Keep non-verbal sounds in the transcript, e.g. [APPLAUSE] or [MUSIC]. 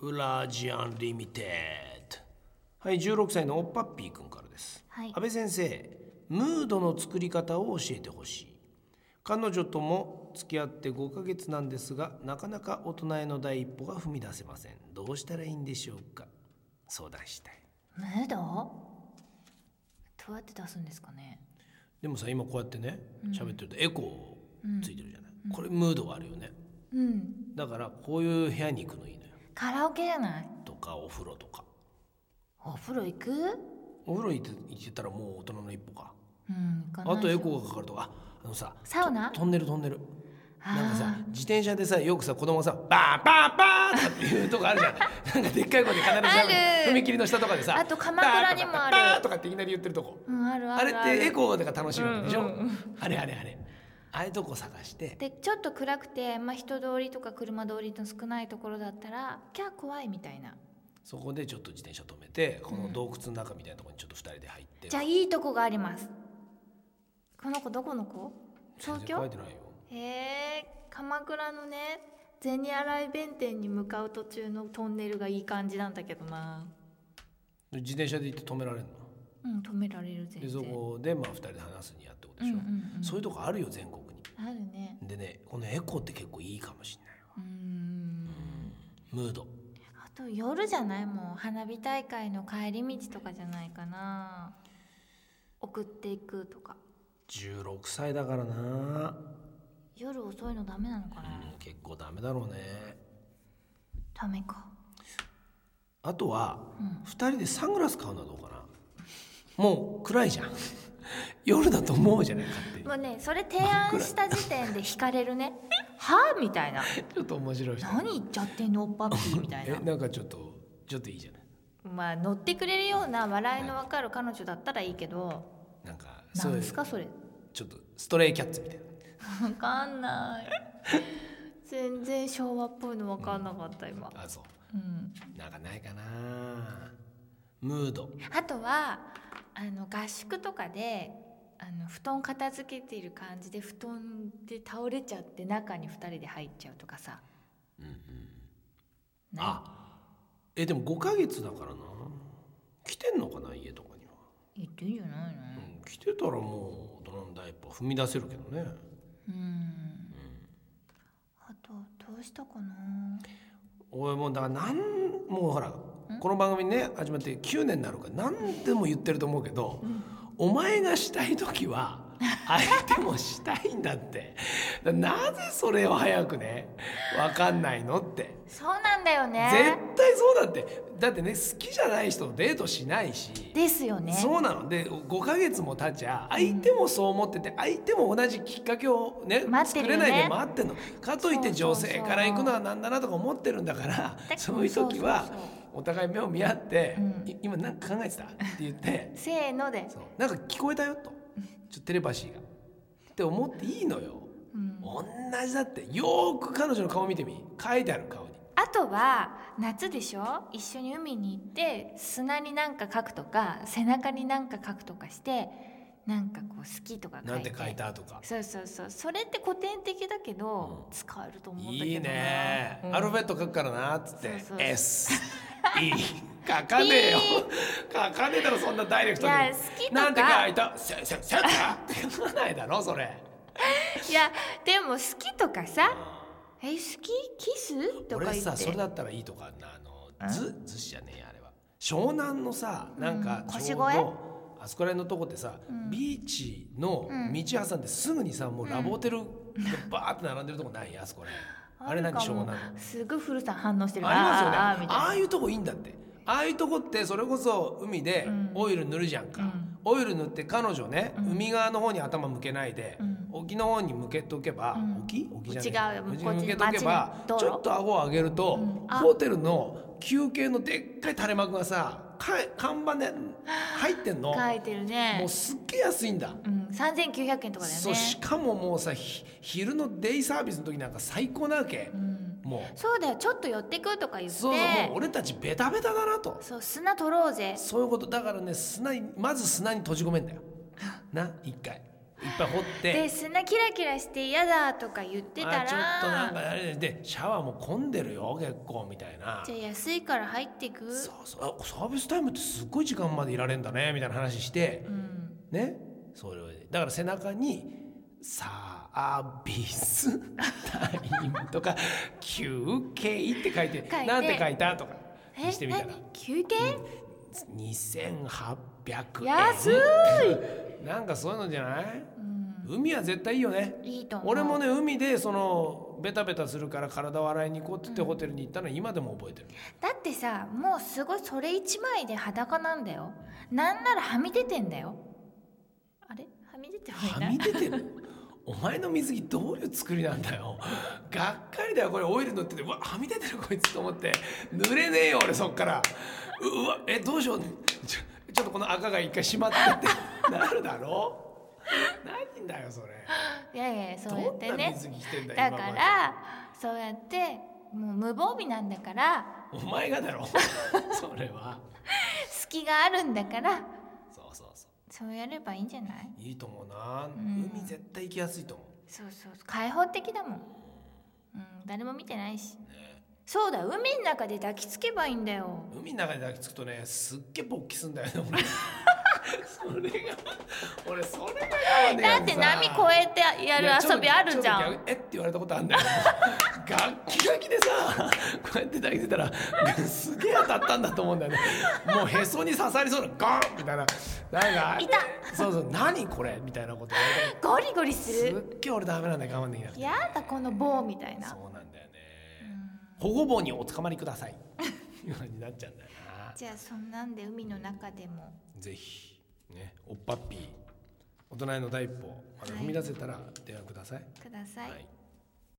ウラジアンリミテッドはい16歳のおっぱっぴーくんからです、はい安倍先生ムードの作り方を教えてほしい彼女とも付き合って5ヶ月なんですがなかなか大人への第一歩が踏み出せませんどうしたらいいんでしょうか相談したいムードどうやって出すんですかねでもさ今こうやってね喋ってるとエコーついてるじゃない、これムードはあるよねうんだからこういう部屋に行くのいいのよカラオケじゃないとかお風呂とかお風呂行くお風呂行って行ってたらもう大人の一歩かうん行かないあとエーコーがかかるとかああのさサウナと飛んでる飛んでるなんかさあ自転車でさよくさ子供がさバーバーバーとかっていうとこあるじゃ [LAUGHS] んなんかでっかい声で必ずあ喋るる踏切の下とかでさあと鎌倉にもあるバーとかっていきなり言ってるとこーうんあるああれるっあるてエコーとか楽しいわけでしょ、うんうんうんあれあれあれああいうとこ探してでちょっと暗くて、まあ、人通りとか車通りの少ないところだったらキャー怖いみたいなそこでちょっと自転車止めてこの洞窟の中みたいなところにちょっと二人で入ってじゃあいいとこがありますこの子どこの子全東然書い京てないよへえ鎌倉のね銭洗弁天に向かう途中のトンネルがいい感じなんだけどな自転車で行って止められるのうん止められるで全そ然こでまあ二人で話すにやってことでうんうしょ、んうんそういうとこあるよ全国にあるねでねこのエコーって結構いいかもしれないわうんムードあと夜じゃないもう花火大会の帰り道とかじゃないかな送っていくとか16歳だからな、夜遅いのダメなのかうな、ん、結構ダメだろうねダメかあとは、二人でサングラス買うのはどうかなもう暗いじゃん [LAUGHS] 夜だと思うじゃないかってもうねそれ提案した時点で惹かれるね [LAUGHS] はあみたいなちょっと面白い人何言っちゃってんのおっぱっぴーみたい [LAUGHS] えななんかちょっとちょっといいじゃないまあ乗ってくれるような笑いの分かる彼女だったらいいけどなんかなそうんいうすかそれちょっとストレイキャッツみたいな分かんない全然昭和っぽいの分かんなかった今、あそうん、うなんかないかなムードあとはあの合宿とかであの布団片付けている感じで布団で倒れちゃって中に2人で入っちゃうとかさ、ねあえでも5ヶ月だからな来てんのかな家とかには、言ってんじゃないのうん、来てたらもう大人の第一歩踏み出せるけどねうんあとどうしたかな俺もうだからなんもうほらこの番組ね始まって9年になるから何でも言ってると思うけど、お前がしたい時は [LAUGHS] 相手もしたいんだってだなぜそれを早くね分かんないのってそうなんだよ絶ね対そうだってだってね好きじゃない人とデートしないし、ですよねそうなので5ヶ月も経っちゃ相手もそう思ってて、相手も同じきっかけをね待って作るよれなねいで待ってんのかといっそうてそう女そう性から行くのはなんだなとか思ってるんだからだそういう時はそうそうお互い目を見合って「うんい今なんか考えてた?」って言ってせーので「そうなんか聞こえたよ」と「ちょっとテレパシーが」って思っていいのよ。うん同じだってよーく彼女の顔見てみ書いてある顔に。あとは夏でしょ一緒に海に行って砂になんか書くとか背中になんか書くとかしてなんかこう好きとか書いてなんて書いたとかそうそうそうそれって古典的だけど、うん使えると思うんだけどないいね、うんアルファベット書くからなっつってそうそうそう S E 書かねえよ書かねえだろそんなダイレクトにいや好きとかなんて書いたせせせって書かないだろそれいやでも好きとかさ「え好きキス?」とか俺言ってさそれだったらいいとかなあのずずしじゃねえやあれは湘南のさなんかうんちょうど、腰越えあそこら辺のとこってさ、ビーチの道挟んですぐにさもうラブホテルがバーって並んでるとこないあそこら辺あれなんかる湘も南のすぐ古さん反応してるあーりますよねみたいあなあいうとこいいんだってああいうとこってそれこそ海でオイル塗るじゃんか、オイル塗って彼女ね、海側の方に頭向けないで、沖の方に向けとけば、沖沖じゃない内沖側に向けとけばこっち街に道路ちょっと顎を上げると、あホテルの休憩のでっかい垂れ幕がさか看板で入ってんの、書いてるねもうすっげえ安いんだ。うん、3900円とかだよねそうしかももうさひ昼のデイサービスの時なんか最高なわけ、うんもうそうだよちょっと寄ってくとか言ってそうそうもう俺たちベタベタだなとそう砂取ろうぜそういうことだからね砂にまず砂に閉じ込めんだよな一回いっぱい掘ってで砂キラキラして嫌だとか言ってたらあちょっとなんかあれでシャワーも混んでるよ結構みたいなじゃあ安いから入ってくそうそうあサービスタイムってすっごい時間までいられんだねみたいな話してう、ん、ねそれをだから背中に「サービスタイム」とか「休憩」って書いて書いてなんて書いた?」とかえしてみたら何休憩、 2800円安いなんかそういうのじゃないうん海は絶対いいよねいいと思う俺もね海でそのベタベタするから体を洗いに行こうって言ってホテルに行ったのは今でも覚えてる、だってさもうすごいそれ一枚で裸なんだよなんならはみ出てんだよあれはみ出てはいなはいみ出てるお前の水着どういう作りなんだよがっかりだよこれオイル塗っててうわはみ出てるこいつと思って濡れねえよ俺そっからうわえどうしようちょちょっとこの赤が一回閉まって [LAUGHS] ってなるだろ何だよそれいやいやそうやどっんてなね水着着てんだよだ今かまでらそうやってもう無防備なんだからお前がだ [LAUGHS] ろそれは隙があるんだからそうそうそうそうやればいいんじゃないいいと思うな、ん海絶対行きやすいと思うそうそう開放的だもん、うん、誰も見てないし、そうだ海の中で抱きつけばいいんだよ海の中に抱きつくとねすっげえ勃起すんだよね [LAUGHS] 俺それが俺それが嫌だなっんてよ波越えてやる遊びあるじゃんんえって言われたことあ [LAUGHS] んだよ楽器楽器でさこうやって抱きついたらすげえ当たったんだと思うんだよねもうへそに刺さりそうなゴンみたいななんかいたそうそう何これみたいなことゴリゴリすするっげえ俺ダメなんだよ我慢できなくてやだこの棒みたいなそうなんだよね、保護棒におつかまりくださいいう風になっちゃうんだよなじゃあそんなんで海の中でもぜひねおっぱっぴー大人への第一歩まだ踏み出せたら電話ください、ください、はい